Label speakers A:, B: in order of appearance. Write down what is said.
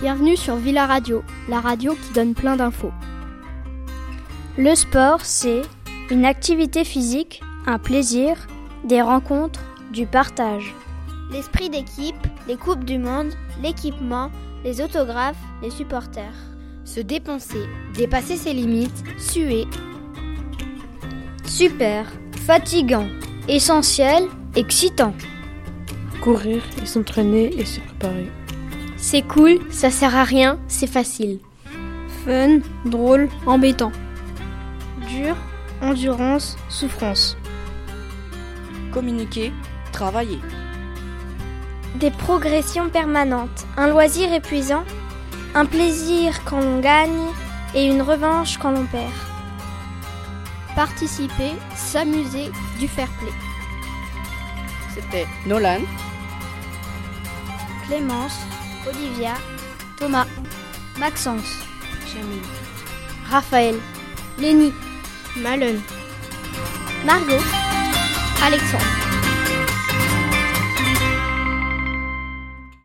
A: Bienvenue sur Villa Radio, la radio qui donne plein d'infos.
B: Le sport, c'est une activité physique, un plaisir, des rencontres, du partage.
C: L'esprit d'équipe, les coupes du monde, l'équipement, les autographes, les supporters.
D: Se dépenser, dépasser ses limites, suer.
B: Super, fatigant, essentiel, excitant.
E: Courir et s'entraîner et se préparer.
F: C'est cool, ça sert à rien, c'est facile.
G: Fun, drôle, embêtant.
H: Dur, endurance, souffrance.
I: Communiquer, travailler.
J: Des progressions permanentes, un loisir épuisant, un plaisir quand l'on gagne et une revanche quand l'on perd.
A: Participer, s'amuser, du fair play.
I: C'était Nolan,
C: Clémence, Olivia,
B: Thomas, Maxence,
K: Jamil,
F: Raphaël,
G: Lenny,
K: Malone,
C: Margot,
A: Alexandre.